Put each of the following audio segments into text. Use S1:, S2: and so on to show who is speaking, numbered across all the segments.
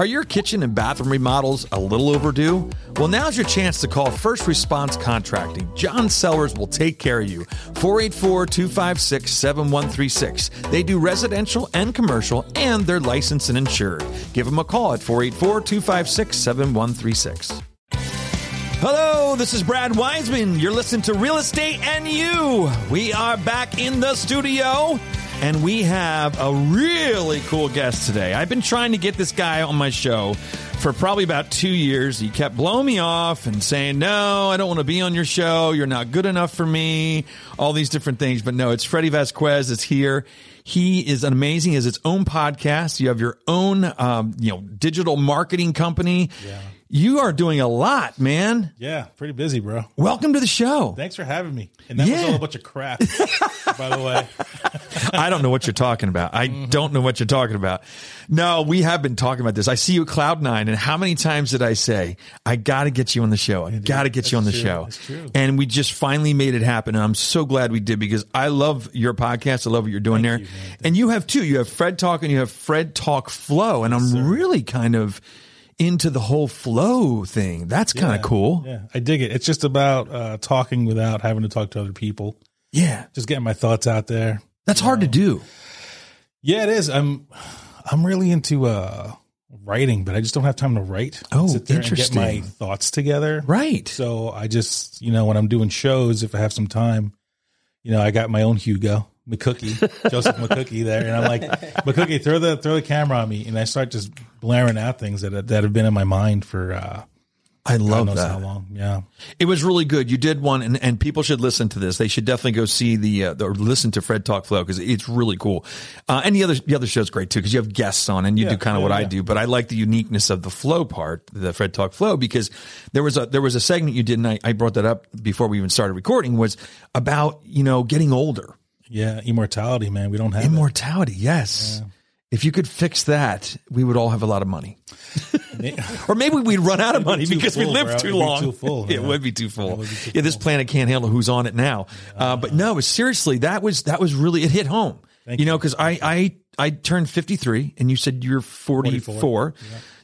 S1: Are your kitchen and bathroom remodels a little overdue? Well, now's your chance to call First Response Contracting. John Sellers will take care of you. 484 256 7136. They do residential and commercial, and they're licensed and insured. Give them a call at 484 256 7136. Hello, this is Brad Wiseman. You're listening to Real Estate and You. We are back in the studio and we have a really cool guest today. I've been trying to get this guy on my show for probably about two years. He kept blowing me off and saying, No, I don't want to be on your show. You're not good enough for me. All these different things. But no, it's Freddie Vasquez. It's here. He is amazing. He has his own podcast. You have your own, um, you know, digital marketing company.
S2: Yeah.
S1: You are doing a lot, man.
S2: Yeah, pretty busy, bro.
S1: Welcome to the show.
S2: Thanks for having me. And that
S1: Yeah.
S2: was all a bunch of crap, by the way.
S1: I don't know what you're talking about. I don't know what you're talking about. No, we have been talking about this. I see you at Cloud Nine, and how many times did I say, I got to get you on the show? I got to get you on the
S2: true.
S1: show.
S2: That's true.
S1: And we just finally made it happen. And I'm so glad we did because I love your podcast. I love what you're doing there. and you have two. You have Fred Talk and you have Fred Talk Flow. And I'm really kind of into the whole flow thing. That's kind of cool.
S2: Yeah, I dig it. It's just about uh, talking without having to talk to other people,
S1: yeah.
S2: just getting my thoughts out there.
S1: That's hard to do.
S2: Yeah, it is. I'm I'm really into uh, writing, but I just don't have time to write.
S1: Oh,
S2: And get my
S1: interesting.
S2: thoughts together.
S1: Right.
S2: So I just, you know, when I'm doing shows, if I have some time, you know, I got my own Hugo McCookie, Joseph McCookie there, and I'm like, McCookie, throw the throw the camera on me, and I start just blaring out things that that have been in my mind for uh,
S1: I
S2: God
S1: love
S2: knows
S1: that.
S2: how long. Yeah,
S1: It was really good. You did one, and, and people should listen to this. They should definitely go see the, uh, the or listen to Fred Talk Flow because it's really cool. Uh, and the other the other show's great too because you have guests on and you do kind of
S2: yeah,
S1: what I
S2: yeah.
S1: do. But I like the uniqueness of the flow part, the Fred Talk Flow, because there was a there was a segment you did, and I, I brought that up before we even started recording was about you know getting older,
S2: yeah, immortality, man. We don't have
S1: immortality. Yes, if you could fix that, we would all have a lot of money.
S2: it.
S1: Or maybe we'd run out of money
S2: too
S1: because we
S2: full,
S1: lived
S2: bro.
S1: too
S2: It'd be
S1: long.
S2: too full,
S1: It
S2: yeah.
S1: would be too full.
S2: would be too
S1: yeah, this planet can't handle who's on it now. Uh, but no, seriously, that was that was really it hit home. you know, because I I I turned fifty three, and you said you're forty four.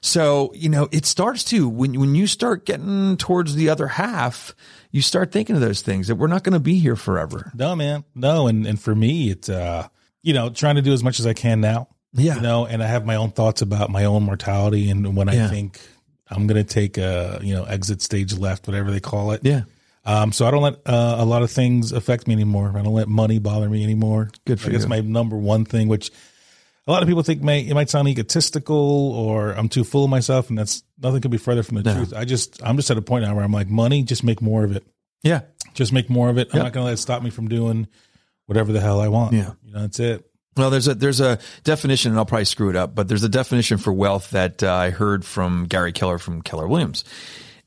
S1: So you know, it starts to when when you start getting towards the other half, you start thinking of those things that we're not going to be here forever.
S2: No, man, no. And and for me, it's uh, you know, trying to do as much as I can now.
S1: Yeah.
S2: you know, and I have my own thoughts about my own mortality and when
S1: Yeah.
S2: I think I'm gonna take a you know exit stage left, whatever they call it.
S1: Yeah,
S2: Um, so I don't let uh, a lot of things affect me anymore. I don't let money bother me anymore.
S1: Good for
S2: like It's
S1: you.
S2: my number one thing, which a lot of people think may it might sound egotistical or I'm too full of myself, and that's nothing could be further from the truth. I just I'm just at a point now where I'm like, money, just make more of it.
S1: yeah.
S2: Just make more of it. I'm
S1: Yeah.
S2: not going to let it stop me from doing whatever the hell I want.
S1: Yeah.
S2: you know, that's it.
S1: Well, there's a there's a definition, and I'll probably screw it up, but there's a definition for wealth that uh, I heard from Gary Keller from Keller Williams,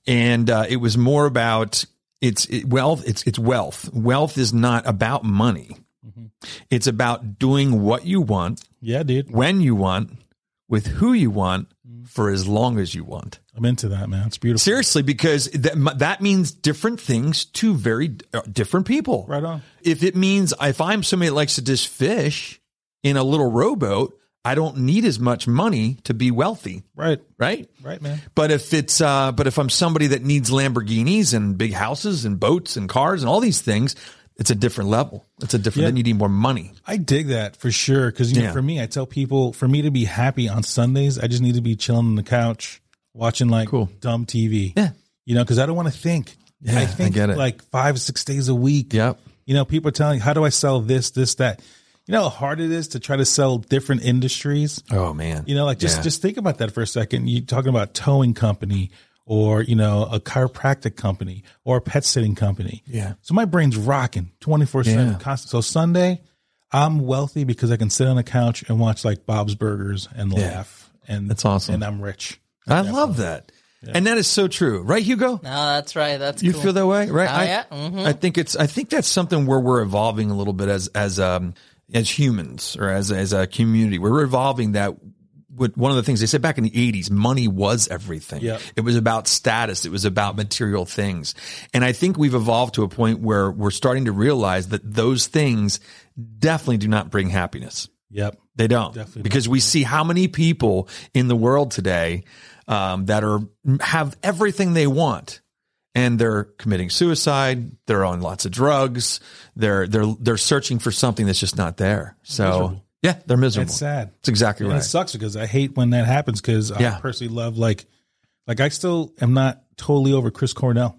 S1: and uh, it was more about it's it, wealth. It's it's wealth. Wealth is not about money. It's about doing what you want,
S2: Yeah, dude,
S1: when you want, with who you want, for as long as you want.
S2: I'm into that, man. It's beautiful.
S1: Seriously, because that that means different things to very uh, different people.
S2: Right on.
S1: If it means if I'm somebody that likes to just fish in a little rowboat, I don't need as much money to be wealthy,
S2: Right,
S1: right?
S2: right, man.
S1: But if it's uh, but if I'm somebody that needs Lamborghinis and big houses and boats and cars and all these things, it's a different level. It's a different.
S2: Yeah.
S1: Then you need more money.
S2: I dig that for sure. Cause you know,
S1: Yeah.
S2: for me, I tell people for me to be happy on Sundays, I just need to be chilling on the couch, watching like
S1: Cool.
S2: dumb TV.
S1: Yeah.
S2: You know, cause I don't want to think.
S1: Yeah, I
S2: I think
S1: get it.
S2: like five, six days a week.
S1: Yep.
S2: You know, people are telling, how do I sell this, this, that? You know how hard it is to try to sell different industries?
S1: Oh man.
S2: You know, like just
S1: Yeah.
S2: just think about that for a second. You're talking about towing company or you know a chiropractic company or a pet sitting company.
S1: Yeah.
S2: So my brain's rocking twenty four seven
S1: Yeah.
S2: constant. So Sunday, I'm wealthy because I can sit on the couch and watch like Bob's Burgers and laugh. And
S1: That's awesome.
S2: And I'm rich.
S1: I love that, and that is so true, right, Hugo?
S3: No, Ah, that's right. That's
S1: You
S3: cool.
S1: feel that way, right?
S3: Oh,
S1: I,
S3: yeah. Mhm.
S1: I think it's. I think that's something where we're evolving a little bit as as um as humans or as as a community. We're evolving that. With one of the things they said back in the '80s, money was everything.
S2: Yeah.
S1: It was about status. It was about material things, and I think we've evolved to a point where we're starting to realize that those things definitely do not bring happiness.
S2: Yep.
S1: They don't.
S2: Definitely
S1: because we see how many people in the world today um, that are have everything they want and they're committing suicide, they're on lots of drugs, they're they're they're searching for something that's just not there. So
S2: Miserable.
S1: yeah, they're miserable.
S2: That's sad.
S1: That's exactly
S2: And
S1: right.
S2: it sucks because I hate when that happens because
S1: Yeah.
S2: I personally love like like I still am not totally over Chris Cornell.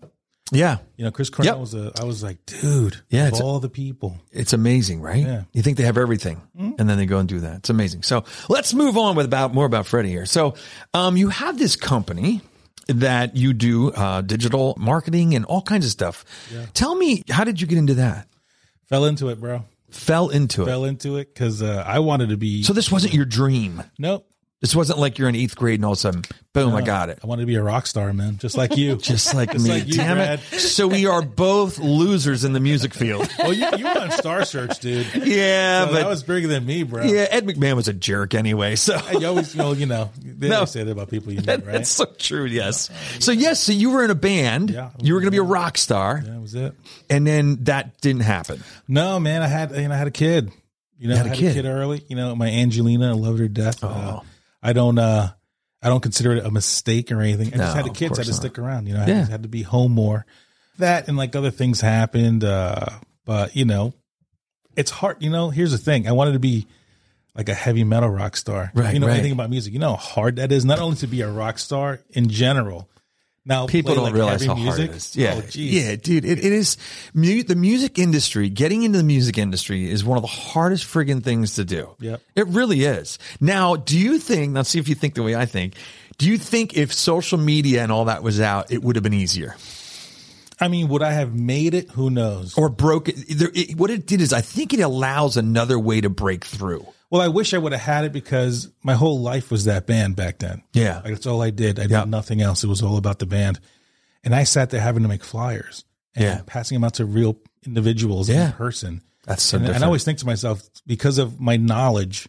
S1: yeah.
S2: You know, Chris Cornell
S1: Yep.
S2: was a I was like, dude,
S1: Yeah,
S2: of
S1: it's-
S2: all the people.
S1: It's amazing, right?
S2: Yeah. Mm-hmm.
S1: You think they have everything, and then they go and do that. It's amazing. So let's move on with about more about Freddie here. So um, you have this company that you do uh, digital marketing and all kinds of stuff. Tell me, how did you get into that?
S2: Fell into it, bro.
S1: Fell into it.
S2: Fell into it because uh, I wanted to be
S1: So this wasn't your dream.
S2: nope.
S1: This wasn't like you're in eighth grade and all of a sudden, boom, I got it.
S2: I wanted to be a rock star, man, just like you.
S1: Just like me.
S2: like you,
S1: Damn
S2: Brad.
S1: it. So we are both losers in the music field.
S2: well, you, you were on Star Search, dude.
S1: Yeah,
S2: So
S1: but
S2: that was bigger than me, bro.
S1: yeah, Ed McMahon was a jerk anyway. So
S2: You always, you know, you know they
S1: No.
S2: always say that about people you met, right?
S1: That's so true. Yes. So yes, so you were in a band.
S2: Yeah.
S1: You were going to be a rock star,
S2: that was it.
S1: and then that didn't happen.
S2: No, man, I had you know, I had a kid. You know,
S1: had
S2: I
S1: a
S2: had
S1: kid. Oh.
S2: a kid early. You know, my Angelina, I loved her to death. Uh, I don't uh I don't consider it a mistake or anything. I
S1: No,
S2: just had a
S1: of
S2: kid, so I
S1: course
S2: had to
S1: not.
S2: stick around. You know, I
S1: Yeah.
S2: just had to be home more. That and like other things happened. Uh but you know, it's hard, you know, here's the thing. I wanted to be like a heavy metal rock star.
S1: Right,
S2: You know
S1: right.
S2: anything about music. You know how hard that is, not only to be a rock star in general. Now
S1: People
S2: play,
S1: don't
S2: like,
S1: realize
S2: heavy
S1: how hard it is. Yeah,
S2: Oh, geez.
S1: yeah, dude. It, it is mu- the music industry. Getting into the music industry is one of the hardest friggin' things to do.
S2: Yep.
S1: it really is. Now, do you think? Let's see if you think the way I think. Do you think if social media and all that was out, it would have been easier?
S2: I mean, would I have made it? Who knows?
S1: Or broke it, there, it? What it did is, I think it allows another way to break through.
S2: Well, I wish I would have had it because my whole life was that band back then.
S1: Yeah.
S2: Like, that's all I did. I did
S1: Yeah.
S2: nothing else. It was all about the band. And I sat there having to make flyers and
S1: Yeah.
S2: passing them out to real individuals
S1: Yeah.
S2: in person.
S1: That's so
S2: And,
S1: different.
S2: and I always think to myself, because of my knowledge,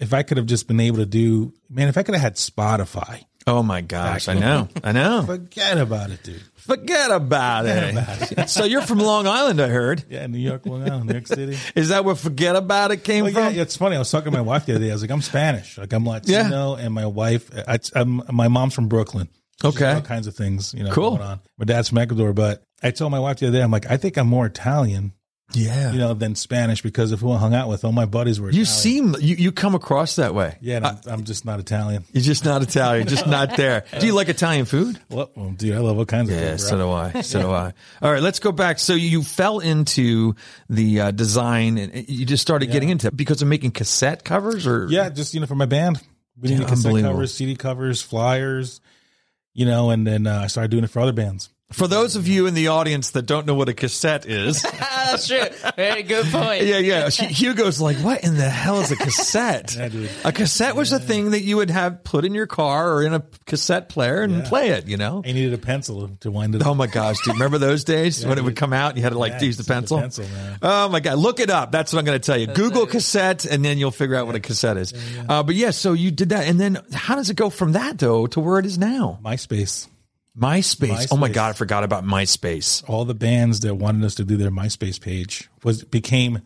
S2: if I could have just been able to do, man, if I could have had Spotify,
S1: Oh my gosh, I
S2: Back
S1: know, I know.
S2: forget about it, dude.
S1: Forget about it. so you're from Long Island, I heard.
S2: Yeah, New York, Long Island, New York City.
S1: Is that where "forget about it" came
S2: Well,
S1: from?
S2: yeah, it's funny. I was talking to my wife the other day. I was like, I'm Spanish. Like, I'm Latino, and my wife, I, I'm, my mom's from Brooklyn. She's
S1: Okay.
S2: all kinds of things, you know,
S1: Cool.
S2: going on. My dad's from Ecuador, but I told my wife the other day, I'm like, I think I'm more Italian,
S1: Yeah.
S2: you know, than Spanish because of who I hung out with. All my buddies were.
S1: You
S2: Italian.
S1: seem you, you come across that way.
S2: Yeah, and I'm, I'm just not Italian.
S1: You're just not Italian, just not there. Do you like Italian food?
S2: Well, well, dude, I love all kinds of
S1: Yeah,
S2: things.
S1: so do I. So do I. All right, let's go back. So you fell into the uh, design, and you just started getting into it because of making cassette covers, or
S2: Yeah, just you know, for my band, we did
S1: Yeah,
S2: cassette
S1: unbelievable.
S2: covers, CD covers, flyers, you know, and then uh, I started doing it for other bands.
S1: For those of you in the audience that don't know what a cassette is,
S3: Ah, that's true. Very good point.
S1: Yeah, yeah. She, Hugo's like, what in the hell is a cassette?
S2: dude.
S1: a cassette was a thing that you would have put in your car or in a cassette player and play it, you know?
S2: I needed a pencil to wind it. up.
S1: Oh my gosh, dude. Remember those days when it would come out? You had to like
S2: Yeah,
S1: use the
S2: it's the
S1: pencil?
S2: pencil, man.
S1: Oh my God. Look it up. That's what I'm going to tell you. Google cassette and then you'll figure out what a cassette is. Uh, but yeah, so you did that. And then how does it go from that though to where it is now?
S2: MySpace.
S1: MySpace. Oh my
S2: MySpace.
S1: God. I forgot about MySpace.
S2: all the bands that wanted us to do their MySpace page was became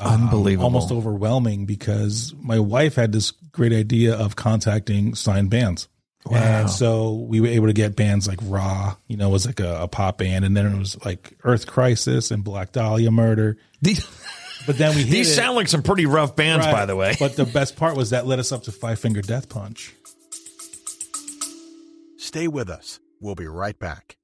S1: Unbelievable.
S2: Um, almost overwhelming because my wife had this great idea of contacting signed bands. And so we were able to get bands like Raw, you know, was like a, a pop band, and then it was like Earth Crisis and Black Dahlia Murder.
S1: These,
S2: But then we hit
S1: these
S2: it,
S1: sound like some pretty rough bands,
S2: right.
S1: by the way.
S2: But the best part was that led us up to Five Finger Death Punch.
S4: Stay with us. We'll be right back.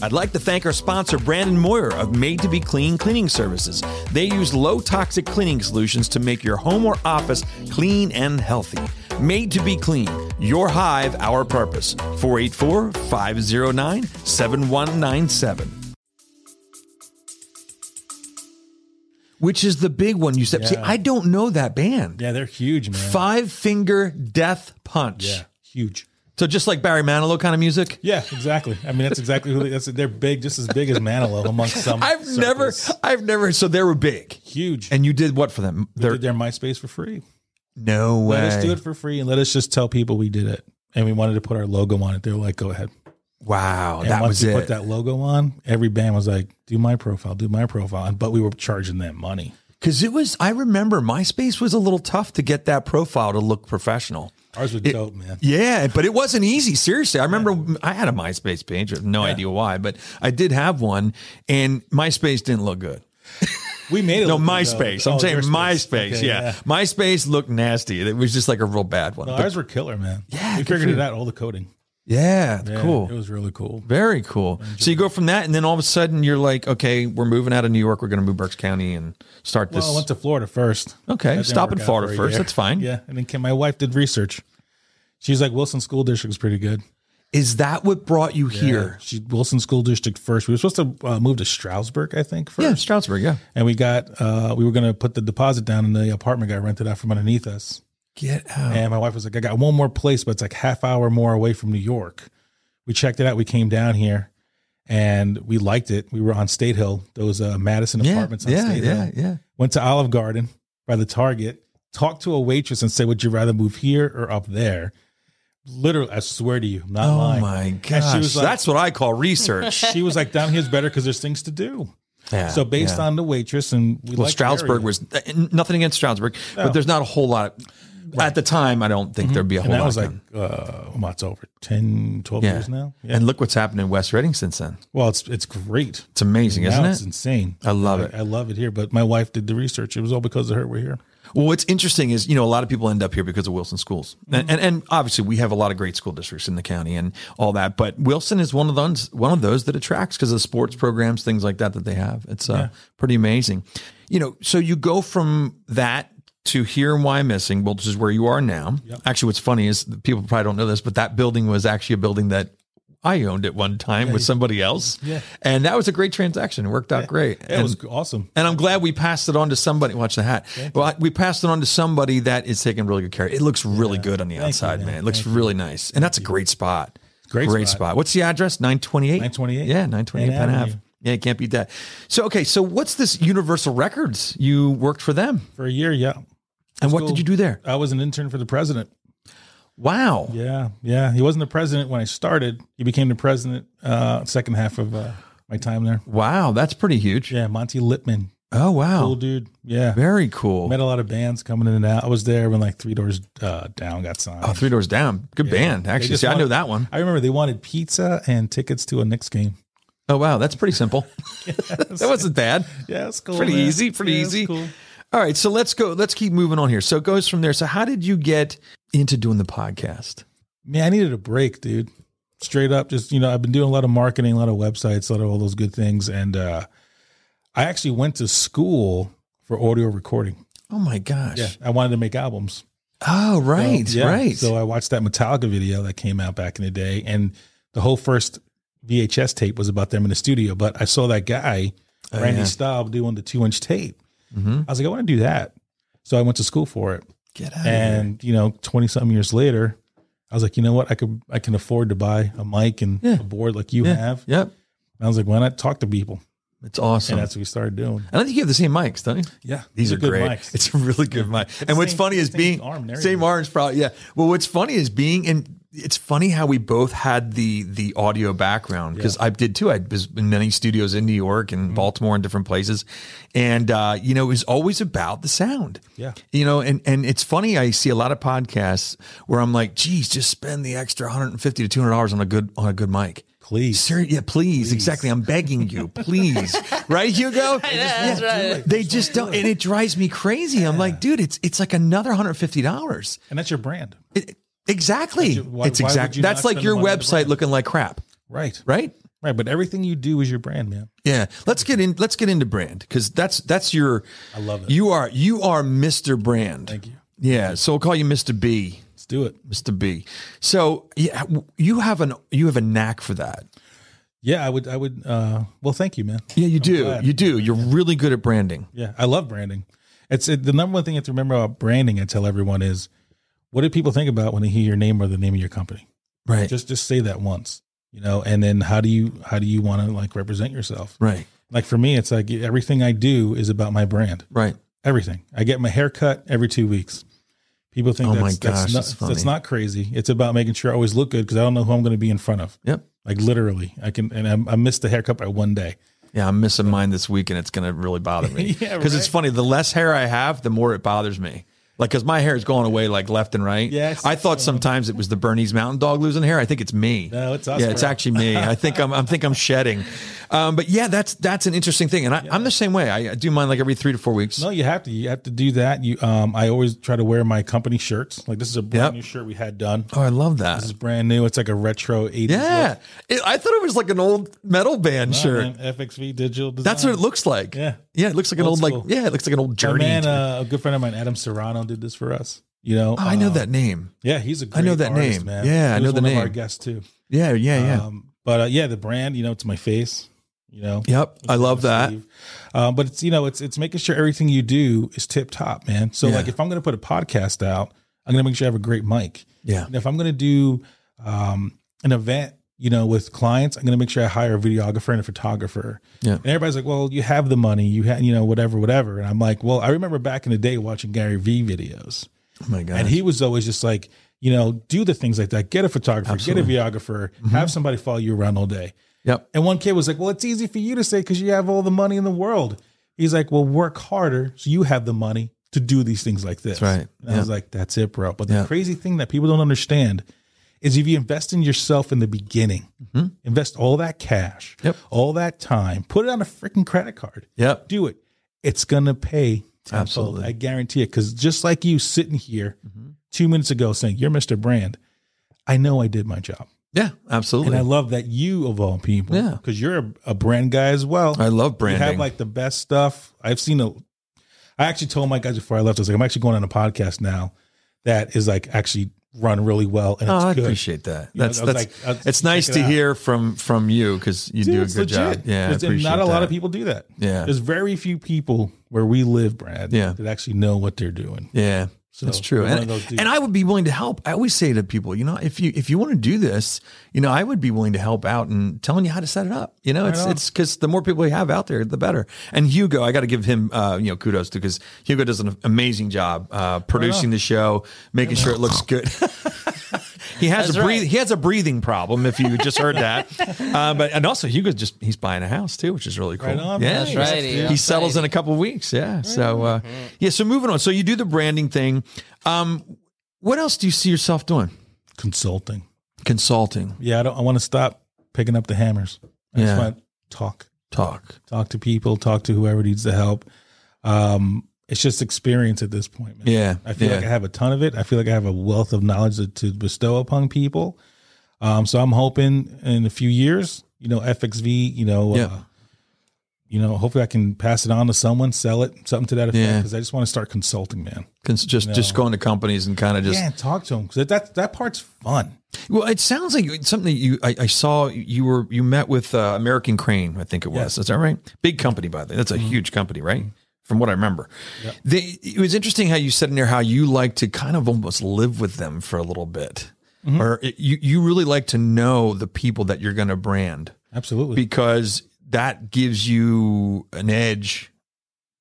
S1: I'd like to thank our sponsor, Brandon Moyer of Made to Be Clean Cleaning Services. They use low toxic cleaning solutions to make your home or office clean and healthy. Made to Be Clean, your hive, our purpose. 484 509 7197. Which is the big one you said. See,
S2: Yeah.
S1: I don't know that band.
S2: Yeah, they're huge, man.
S1: Five Finger Death Punch.
S2: yeah, huge.
S1: So just like Barry Manilow kind of music?
S2: Yeah, exactly. I mean, that's exactly who they, that's, they're big, just as big as Manilow amongst some.
S1: I've never,
S2: circles.
S1: I've never. So they were big,
S2: huge.
S1: and you did what for them?
S2: We
S1: They're,
S2: did their MySpace for free.
S1: no way.
S2: Let us do it for free and let us just tell people we did it. And we wanted to put our logo on it. They were like, go ahead.
S1: Wow,
S2: And
S1: that
S2: once
S1: was
S2: we
S1: it.
S2: put that logo on, every band was like, do my profile, do my profile. But we were charging them money.
S1: Because it was, I remember MySpace was a little tough to get that profile to look professional.
S2: Ours was dope, man.
S1: Yeah, but it wasn't easy. Seriously, I remember I had a MySpace page. I have no idea why, but I did have one, and MySpace didn't look good.
S2: We made it.
S1: No,
S2: look good,
S1: MySpace.
S2: though.
S1: I'm
S2: Oh,
S1: saying
S2: your space.
S1: MySpace.
S2: Okay,
S1: yeah. MySpace looked nasty. It was just like a real bad one.
S2: No,
S1: But
S2: ours were killer, man.
S1: Yeah,
S2: we
S1: good for
S2: figured it
S1: you.
S2: out. All the coding.
S1: yeah,
S2: Yeah,
S1: cool.
S2: It was really cool.
S1: Very cool. So you go from that, and then all of a sudden you're like, okay, we're moving out of New York. We're going to move Berks County and start this.
S2: Well, I went to Florida first.
S1: Okay,
S2: That didn't
S1: stop
S2: work
S1: in
S2: out
S1: Florida
S2: for a
S1: first,
S2: year.
S1: that's fine.
S2: Yeah, and then came, my wife did research. She's like Wilson School District's pretty good.
S1: Is that what brought you
S2: Yeah,
S1: here?
S2: Uh, she Wilson School District first. We were supposed to uh, move to Stroudsburg, I think, first.
S1: Yeah, Stroudsburg. Yeah.
S2: And we got uh, we were going to put the deposit down, and the apartment got rented out from underneath us.
S1: Get out.
S2: And my wife was like, I got one more place, but it's like half hour more away from New York. We checked it out. We came down here and we liked it. We were on State Hill, those uh, Madison
S1: yeah,
S2: apartments on
S1: yeah,
S2: State
S1: yeah,
S2: Hill.
S1: yeah.
S2: Went to Olive Garden by the Target, talked to a waitress and said, Would you rather move here or up there? Literally, I swear to you, I'm not
S1: Oh
S2: lying.
S1: my
S2: And
S1: gosh,
S2: she was like,
S1: that's what I call research.
S2: she was like, Down here's better because there's things to do.
S1: Yeah,
S2: So, based
S1: yeah.
S2: on the waitress and we
S1: well,
S2: liked the
S1: Stroudsburg
S2: area.
S1: was uh, n- nothing against Stroudsburg, but
S2: No. Mm-hmm.
S1: there's not a whole lot at the time. I don't think there'd be a whole
S2: And that
S1: lot.
S2: was like,
S1: done.
S2: uh, well, it's over 10, 12
S1: Yeah.
S2: years now. Yeah.
S1: and look what's happened in West Reading since then.
S2: Well, it's it's great.
S1: It's amazing,
S2: Now
S1: isn't it?
S2: it's insane.
S1: I love it.
S2: I love it here, but my wife did the research. It was all because of her. We're here.
S1: Well, what's interesting is, you know, a lot of people end up here because of Wilson schools.
S2: Mm-hmm.
S1: And, and and obviously we have a lot of great school districts in the county and all that, but Wilson is one of those one of those that attracts because of the sports programs, things like that that they have. It's uh, pretty amazing. You know, so you go from that to here and why missing, which is where you are now. Actually, what's funny is people probably don't know this, but that building was actually a building that I owned at one time with somebody else. Yeah. And that was a great transaction. It worked out great.
S2: It
S1: And-
S2: was awesome.
S1: and I'm glad we passed it on to somebody. Watch the hat. Well, I- we passed it on to somebody that is taking really good care. It looks really good on the outside, man. It looks really nice, and that's a great spot.
S2: Great
S1: great spot.
S2: spot.
S1: What's the address? Nine twenty eight.
S2: 928.
S1: Yeah, nine twenty eight Penn
S2: Penn Avenue.
S1: Ave. Yeah, you can't beat that. So, okay, so what's this Universal Records? You worked for them,
S2: For a year, yeah.
S1: and what
S2: cool.
S1: did you do there?
S2: I was an intern for the president.
S1: Wow.
S2: Yeah, yeah. He wasn't the president when I started. He became the president uh second half of uh, my time there.
S1: Wow, that's pretty huge.
S2: Yeah, Monty Lippman.
S1: Oh wow,
S2: Cool dude. Yeah.
S1: very cool.
S2: Met a lot of bands coming in and out. I was there when like Three Doors uh, Down got signed.
S1: Oh, Three Doors Down, good band. Actually,
S2: just
S1: see, I
S2: want-
S1: know that one.
S2: I remember they wanted pizza and tickets to a Knicks game.
S1: Oh wow, that's pretty simple. that wasn't bad.
S2: Yeah, it's cool.
S1: Pretty
S2: man.
S1: easy, pretty
S2: Yeah, it's
S1: easy.
S2: cool.
S1: All right, so let's go. Let's keep moving on here. So it goes from there. So how did you get into doing the podcast?
S2: Man, I needed a break, dude. Straight up, just you know, I've been doing a lot of marketing, a lot of websites, a lot of all those good things, and uh, I actually went to school for audio recording.
S1: Oh my gosh!
S2: I wanted to make albums.
S1: Oh right,
S2: So, yeah.
S1: right.
S2: So I watched that Metallica video that came out back in the day, and the whole first VHS tape was about them in the studio. But I saw that guy, Randy
S1: Oh, yeah.
S2: Staub, doing the two-inch tape.
S1: Mhm.
S2: I was like, I want to do that. So I went to school for it.
S1: Get out.
S2: and you know 20 something years later i was like you know what i could i can afford to buy a mic and
S1: Yeah.
S2: a board like you
S1: yeah.
S2: have
S1: Yep,
S2: and i was like why not talk to people
S1: it's awesome.
S2: and
S1: And,
S2: that's what we started doing
S1: I think you have the same mics, don't you?
S2: yeah
S1: These are
S2: good
S1: great.
S2: mics.
S1: It's a really good mic. And what's
S2: same-
S1: funny is
S2: same
S1: being
S2: arm, there you
S1: same
S2: go.
S1: arms, probably. Yeah. Well, what's funny is being in. It's funny how we both had the the audio background because I did too. I was in many studios in New York
S2: Mm-hmm.
S1: and Baltimore and different places, and uh, you know it was always about the sound.
S2: Yeah.
S1: You know, and and it's funny. I see a lot of podcasts where I'm like, geez, just spend the extra 150 to 200 dollars on a good on a good mic.
S2: please
S1: Sir, yeah, please, exactly. I'm begging you, please, right, Hugo?
S3: that's right.
S1: They just don't, and it drives me crazy. I'm like, dude, it's it's like another hundred fifty dollars.
S2: and that's your brand
S1: Exactly.
S2: That's your- why-
S1: it's
S2: why would
S1: exactly.
S2: you
S1: That's
S2: not
S1: like
S2: spend
S1: your
S2: the money on the
S1: website
S2: brand?
S1: looking like crap,
S2: right
S1: right?
S2: right but everything you do is your brand man
S1: Yeah. Let's get in. Let's get into brand because that's that's your. I
S2: love it.
S1: You are you are Mr. Brand.
S2: thank you
S1: Yeah. So we'll call you Mr. B.
S2: let's do it
S1: Mr. B. So yeah, w- you have an you have a knack for that.
S2: yeah i would i would uh well thank you man
S1: Yeah, you do.
S2: glad.
S1: You do. You're really good at branding.
S2: yeah i love branding it's it, the number one thing you have to remember about branding i tell everyone is what do people think about when they hear your name or the name of your company
S1: Right.
S2: just just say that once you know and then how do you how do you want to like represent yourself
S1: right.
S2: like for me it's like everything i do is about my brand
S1: Right.
S2: everything i get my hair cut every two weeks people think
S1: Oh my
S2: that's,
S1: gosh,
S2: that's, not,
S1: that's funny.
S2: that's not crazy it's about making sure i always look good because i don't know who i'm going to be in front of
S1: Yep.
S2: like literally i can and I, I missed the haircut by one day
S1: Yeah, I'm missing mine this week, and it's gonna really bother me.
S2: Yeah,
S1: because it's
S2: right.
S1: funny. The less hair I have, the more it bothers me. Like, because my hair is going away like left and right.
S2: Yes.
S1: I thought sometimes it was the Bernese Mountain Dog losing hair. I think it's me.
S2: No, it's us,
S1: Yeah, it's
S2: bro.
S1: actually me. I think I'm. I think I'm shedding. Um, but yeah, that's that's an interesting thing, and I, I'm the same way. I, I do mine like every three to four weeks.
S2: No, you have to. You have to do that. You, um, I always try to wear my company shirts. Like this is a brand
S1: Yep.
S2: new shirt we had done.
S1: Oh, I love that.
S2: This is brand new. It's like a retro eighties.
S1: yeah, It- I thought it was like an old metal band shirt.
S2: FXV digital. Design.
S1: That's what it looks like.
S2: Yeah.
S1: yeah. It looks like an
S2: Old
S1: old,
S2: school.
S1: like yeah. It looks like an old
S2: My
S1: journey.
S2: man, uh, a good friend of mine, Adam Serrano, did this for us. You know,
S1: oh, I know
S2: um,
S1: that name.
S2: Yeah, he's a
S1: I
S2: great
S1: know that
S2: artist,
S1: name.
S2: man.
S1: Yeah,
S2: He
S1: I know
S2: was
S1: the
S2: one Of our
S1: name.
S2: guests too.
S1: Yeah, yeah, yeah.
S2: Um, but uh, yeah, the brand. You know, it's my face. You know.
S1: Yep, I love that.
S2: Steve. Um, but it's you know it's it's making sure everything you do is tip top, man. So
S1: Yeah.
S2: like if I'm going to put a podcast out, I'm going to make sure I have a great mic.
S1: Yeah.
S2: And if I'm going to do um, an event, you know, with clients, I'm going to make sure I hire a videographer and a photographer.
S1: Yeah.
S2: And everybody's like, "Well, you have the money, you have you know whatever, whatever." And I'm like, "Well, I remember back in the day watching Gary Vee videos,
S1: Oh my god.
S2: and he was always just like." You know, do the things like that. Get a photographer,
S1: Absolutely. Mm-hmm.
S2: get a videographer, have somebody follow you around all day.
S1: yep.
S2: And one kid was like, Well, it's easy for you to say because you have all the money in the world. He's like, Well, work harder so you have the money to do these things like this.
S1: That's right.
S2: And I was like, That's it, bro. But the
S1: Yeah.
S2: crazy thing that people don't understand is if you invest in yourself in the beginning, invest all that cash,
S1: Mm-hmm. Yep.
S2: all that time, put it on a freaking credit card.
S1: Yep.
S2: Do it. It's gonna pay. tenfold.
S1: Absolutely. Mm-hmm.
S2: I guarantee it. Cause just like you sitting here two minutes ago saying, You're Mr. Brand, I know I did my job.
S1: Yeah. Absolutely.
S2: And I
S1: I,
S2: love that you of all people,
S1: Yeah.
S2: because you're a, a brand guy as well.
S1: love branding.
S2: You have like the best stuff. I've seen a. I actually told my guys before I left. I was like, I'm actually going on a podcast now that is like actually run really well and it's
S1: oh, I
S2: good.
S1: appreciate that.
S2: You know,
S1: That's
S2: I was
S1: that's.
S2: like, I'll
S1: it's
S2: check
S1: nice
S2: it
S1: to
S2: out.
S1: hear from from you because you
S2: Dude,
S1: do a
S2: it's
S1: good
S2: legit.
S1: job. Yeah. I
S2: There's- and
S1: appreciate
S2: not a lot
S1: that.
S2: of people do that.
S1: Yeah.
S2: there's very few people where we live, Brad.
S1: Yeah.
S2: that actually know what they're doing.
S1: Yeah.
S2: So,
S1: that's true.
S2: we're one of
S1: And,
S2: those dudes.
S1: and I would be willing to help. I always say to people, you know, if you if you want to do this, you know, I would be willing to help out and telling you how to set it up. You know, it's
S2: on.
S1: it's because the more people you have out there, the better. And Hugo, I got to give him uh, you know kudos to because Hugo does an amazing job uh, producing the show, making sure it looks good. He has a
S3: That's
S1: breath-
S3: right.
S1: he has a breathing problem. If you just heard that, uh, but and also Hugo's just he's buying a house too, which is really cool.
S2: Right on,
S1: yeah,
S2: man.
S1: he's-
S3: That's right,
S1: He
S3: yeah.
S1: settles in a couple of weeks. Yeah. So uh,
S2: Mm-hmm.
S1: yeah. So moving on. So you do the branding thing. Um, what else do you see yourself doing?
S2: Consulting.
S1: Consulting,
S2: Yeah, I don't. I want to stop picking up the hammers. I
S1: Yeah.
S2: just want to talk.
S1: talk.
S2: talk to people, talk to whoever needs the help. Um, it's just experience at this point, man.
S1: Yeah,
S2: I feel
S1: yeah.
S2: like I have a ton of it. I feel like I have a wealth of knowledge to, to bestow upon people. Um, so I'm hoping in a few years, you know, FXV, you know,
S1: Yeah.
S2: uh, you know, hopefully I can pass it on to someone, sell it, something to that effect.
S1: Yeah.
S2: Because I just want to start consulting, man.
S1: Cons- just just going to companies and kind of just
S2: yeah, talk to them because that that part's fun.
S1: Well, it sounds like it's something that you I, I saw you were you met with uh, American Crane, I think it was.
S2: Yes. Mm-hmm.
S1: Is that right? Big company, by the way. That's a huge company, right? From what I remember, they, it was interesting how you said in there how you like to kind of almost live with them for a little bit,
S2: Mm-hmm.
S1: or it, you you really like to know the people that you're going to brand
S2: Absolutely.
S1: because that gives you an edge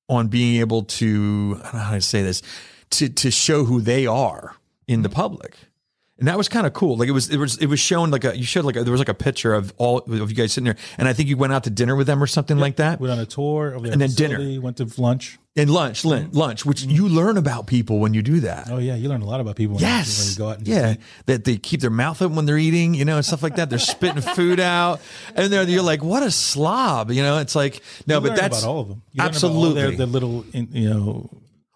S1: on being able to I don't know how to say this to to show who they are in
S2: Mm.
S1: the public. And that was kind of cool. Like it was, it was, it was shown like a, you showed like a, there was like a picture of all of you guys sitting there. And I think you went out to dinner with them or something like that.
S2: Went on a tour of their
S1: And then
S2: facility, Went to lunch.
S1: And lunch, lin- lunch, which you learn about people when you do that.
S2: Mm-hmm. Oh yeah, you learn a lot about people. When You, when
S1: Yes.
S2: you go out and just
S1: yeah. That they keep their mouth open when they're eating, you know, and stuff like that. They're spitting food out. And they're, you're like, what a slob. You know, it's like, no,
S2: You
S1: but
S2: learn
S1: that's
S2: about all of them. You learn about all
S1: absolutely.
S2: their, their little, in, you know,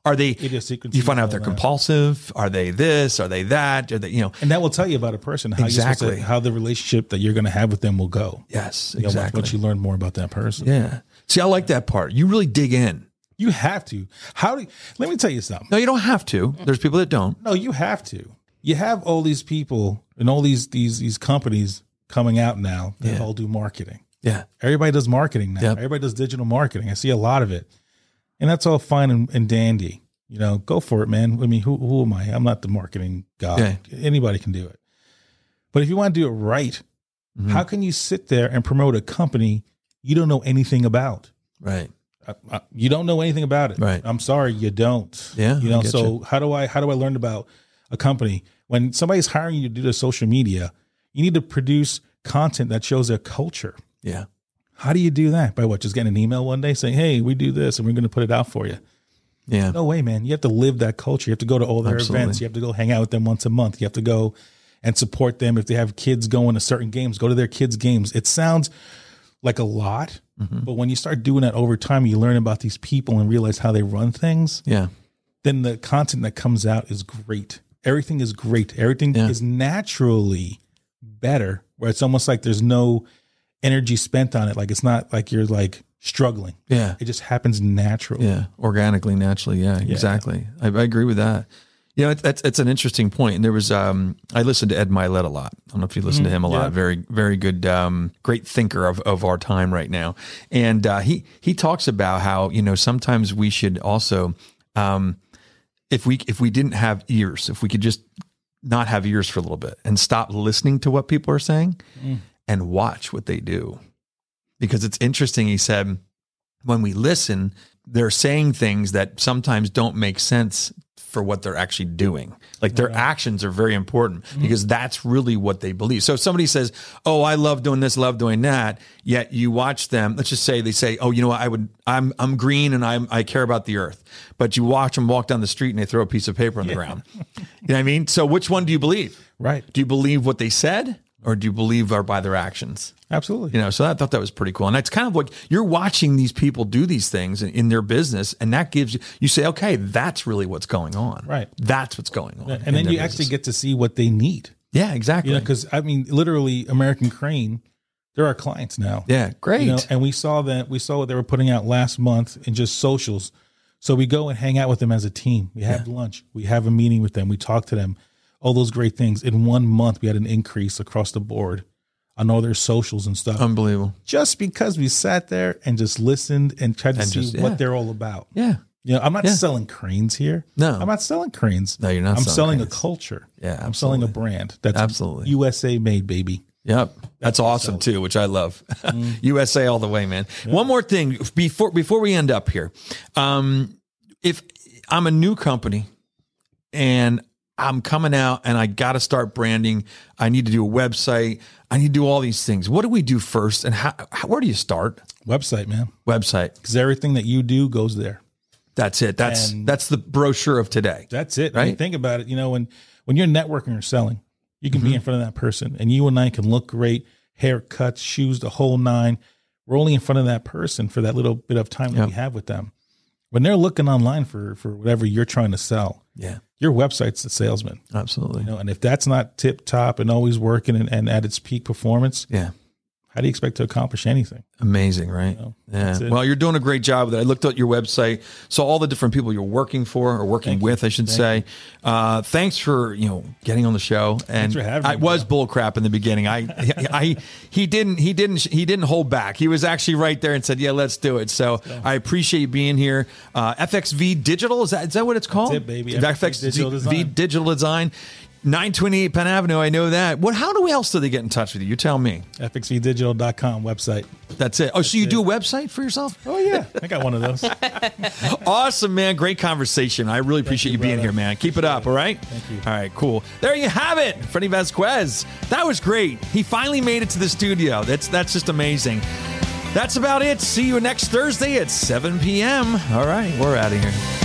S1: are they,
S2: idiosyncrasies.
S1: you find out
S2: and
S1: they're
S2: all that.
S1: compulsive. Are they this? Are they that? Are they, you know,
S2: and that will tell you about a person how you're supposed to-
S1: Exactly.
S2: how the relationship that you're going to have with them will go.
S1: yes,
S2: You know, once-
S1: exactly.
S2: once you learn more about that person,
S1: yeah. See, I like that part. You really dig in.
S2: you have to. How do? Let me tell you something.
S1: No, you don't have to. There's people that don't.
S2: No, you have to. You have all these people and all these these these companies coming out now that
S1: Yeah.
S2: all do marketing.
S1: Yeah.
S2: Everybody does marketing now.
S1: Yep.
S2: Everybody does digital marketing. I see a lot of it, and that's all fine and, and dandy. You know, go for it, man. I mean, who who am I? I'm not the marketing guy. Anybody can do it. But if you want to do it right,
S1: Mhm.
S2: how can you sit there and promote a company you don't know anything about?
S1: Right.
S2: I, I, you don't know anything about it.
S1: Right.
S2: I'm sorry, you don't.
S1: Yeah,
S2: You know.
S1: I get
S2: So how do I how do I learn about a company when somebody's hiring you to do their social media? You need to produce content that shows their culture
S1: Yeah.
S2: How do you do that? By what? Just getting an email one day saying, "Hey, we do this, and we're going to put it out for you."
S1: Yeah.
S2: No way, man. You have to live that culture. You have to go to all their
S1: Absolutely.
S2: events. You have to go hang out with them once a month. You have to go and support them if they have kids going to certain games. Go to their kids' games. It sounds like a lot, but when you start doing that over time, you learn about these people and realize how they run things.
S1: Yeah.
S2: Then the content that comes out is great. Everything is great. Everything
S1: Yeah.
S2: is naturally better. Where it's almost like there's no energy spent on it. Like it's not like you're like struggling.
S1: Yeah.
S2: It just happens naturally.
S1: Yeah, organically, naturally. Yeah, exactly. I, I agree with that. You know, it's, it's, it's an interesting point. And there was, um, I listened to Ed Milet a lot. I don't know if you listen to him a lot. Very, very good, um, great thinker of, of our time right now. And uh, he he talks about how you know sometimes we should also, um, if we if we didn't have ears, if we could just not have ears for a little bit and stop listening to what people are saying and watch what they do, because it's interesting. He said when we listen, they're saying things that sometimes don't make sense for what they're actually doing. Like their actions are very important because that's really what they believe. So if somebody says, "Oh, I love doing this, love doing that," yet you watch them, let's just say they say, "Oh, you know what? I would I'm I'm green and I'm I care about the earth." But you watch them walk down the street and they throw a piece of paper on the ground. you know what I mean? So which one do you believe?
S2: Right.
S1: Do you believe what they said or do you believe are by their actions?
S2: Absolutely.
S1: you know so i thought that was pretty cool and that's kind of what you're watching these people do these things in, in their business and that gives you you say okay that's really what's going on
S2: Right.
S1: that's what's going on in
S2: and then
S1: their
S2: you
S1: business.
S2: actually get to see what they need.
S1: yeah exactly
S2: You know, because I mean, literally, American Crane, they're our clients now.
S1: yeah great
S2: You know, and we saw that we saw what they were putting out last month in just socials. So we go and hang out with them as a team. We have lunch. We have a meeting with them. We talk to them. All those great things. In one month, we had an increase across the board on all their socials and
S1: Um,
S2: stuff.
S1: unbelievable
S2: just because we sat there and just listened and tried to
S1: And
S2: see
S1: just-
S2: what
S1: yeah.
S2: they're all about.
S1: yeah
S2: You know, I'm not
S1: Yeah.
S2: selling cranes here.
S1: No.
S2: I'm not selling cranes.
S1: No, you're not
S2: I'm
S1: selling
S2: selling,
S1: cranes.
S2: a culture.
S1: Yeah,
S2: I'm selling a brand that's
S1: Absolutely.
S2: USA made, baby.
S1: Yep. That's awesome Mm. too, which I love. USA all the way, man. One more thing before before we end up here. Um if I'm a new company and I'm coming out and I got to start branding, I need to do a website, I need to do all these things. What do we do first and how, how where do you start?
S2: Website, man,
S1: Website.
S2: because everything that you do goes there.
S1: That's it. That's
S2: And-
S1: that's the brochure of today.
S2: That's it. I mean,
S1: Right.
S2: think about it. You know, when when you're networking or selling, you can be in front of that person, and you and I can look great, haircuts, shoes, the whole nine. We're only in front of that person for that little bit of time that we have with them. When they're looking online for for whatever you're trying to sell,
S1: Yeah.
S2: your website's the salesman.
S1: Absolutely.
S2: You know, and if that's not tip top and always working and, and at its peak performance,
S1: Yeah.
S2: how do you expect to accomplish anything?
S1: Amazing, right? yeah.
S2: it.
S1: Well, you're doing a great job with it. I looked at your website, saw all the different people you're working for or working with, I should say. Uh, thanks for you know getting on the show. And
S2: for having
S1: I
S2: me,
S1: was bull crap in the beginning. I, I, he didn't, he didn't, he didn't hold back. He was actually right there and said, "Yeah, let's do it." So I appreciate you being here. Uh, FXV Digital is that is that what it's called?
S2: it, baby.
S1: FXV
S2: FXV Digital Design.
S1: Digital Design. 928 Penn Avenue, I know that. What how do we else do they get in touch with you? You tell me.
S2: FXVdigital.com website.
S1: That's it. Oh, so you do a website for yourself?
S2: Oh, yeah. I got one of those.
S1: Awesome, man. Great conversation. I really appreciate you, being
S2: brother.
S1: here, man. Keep it up, all right? Thank
S2: you.
S1: All right, cool. There you have it. Freddie Vasquez. That was great. He finally made it to the studio. That's that's just amazing. That's about it. See you next Thursday at 7 p.m. All right, we're out of here.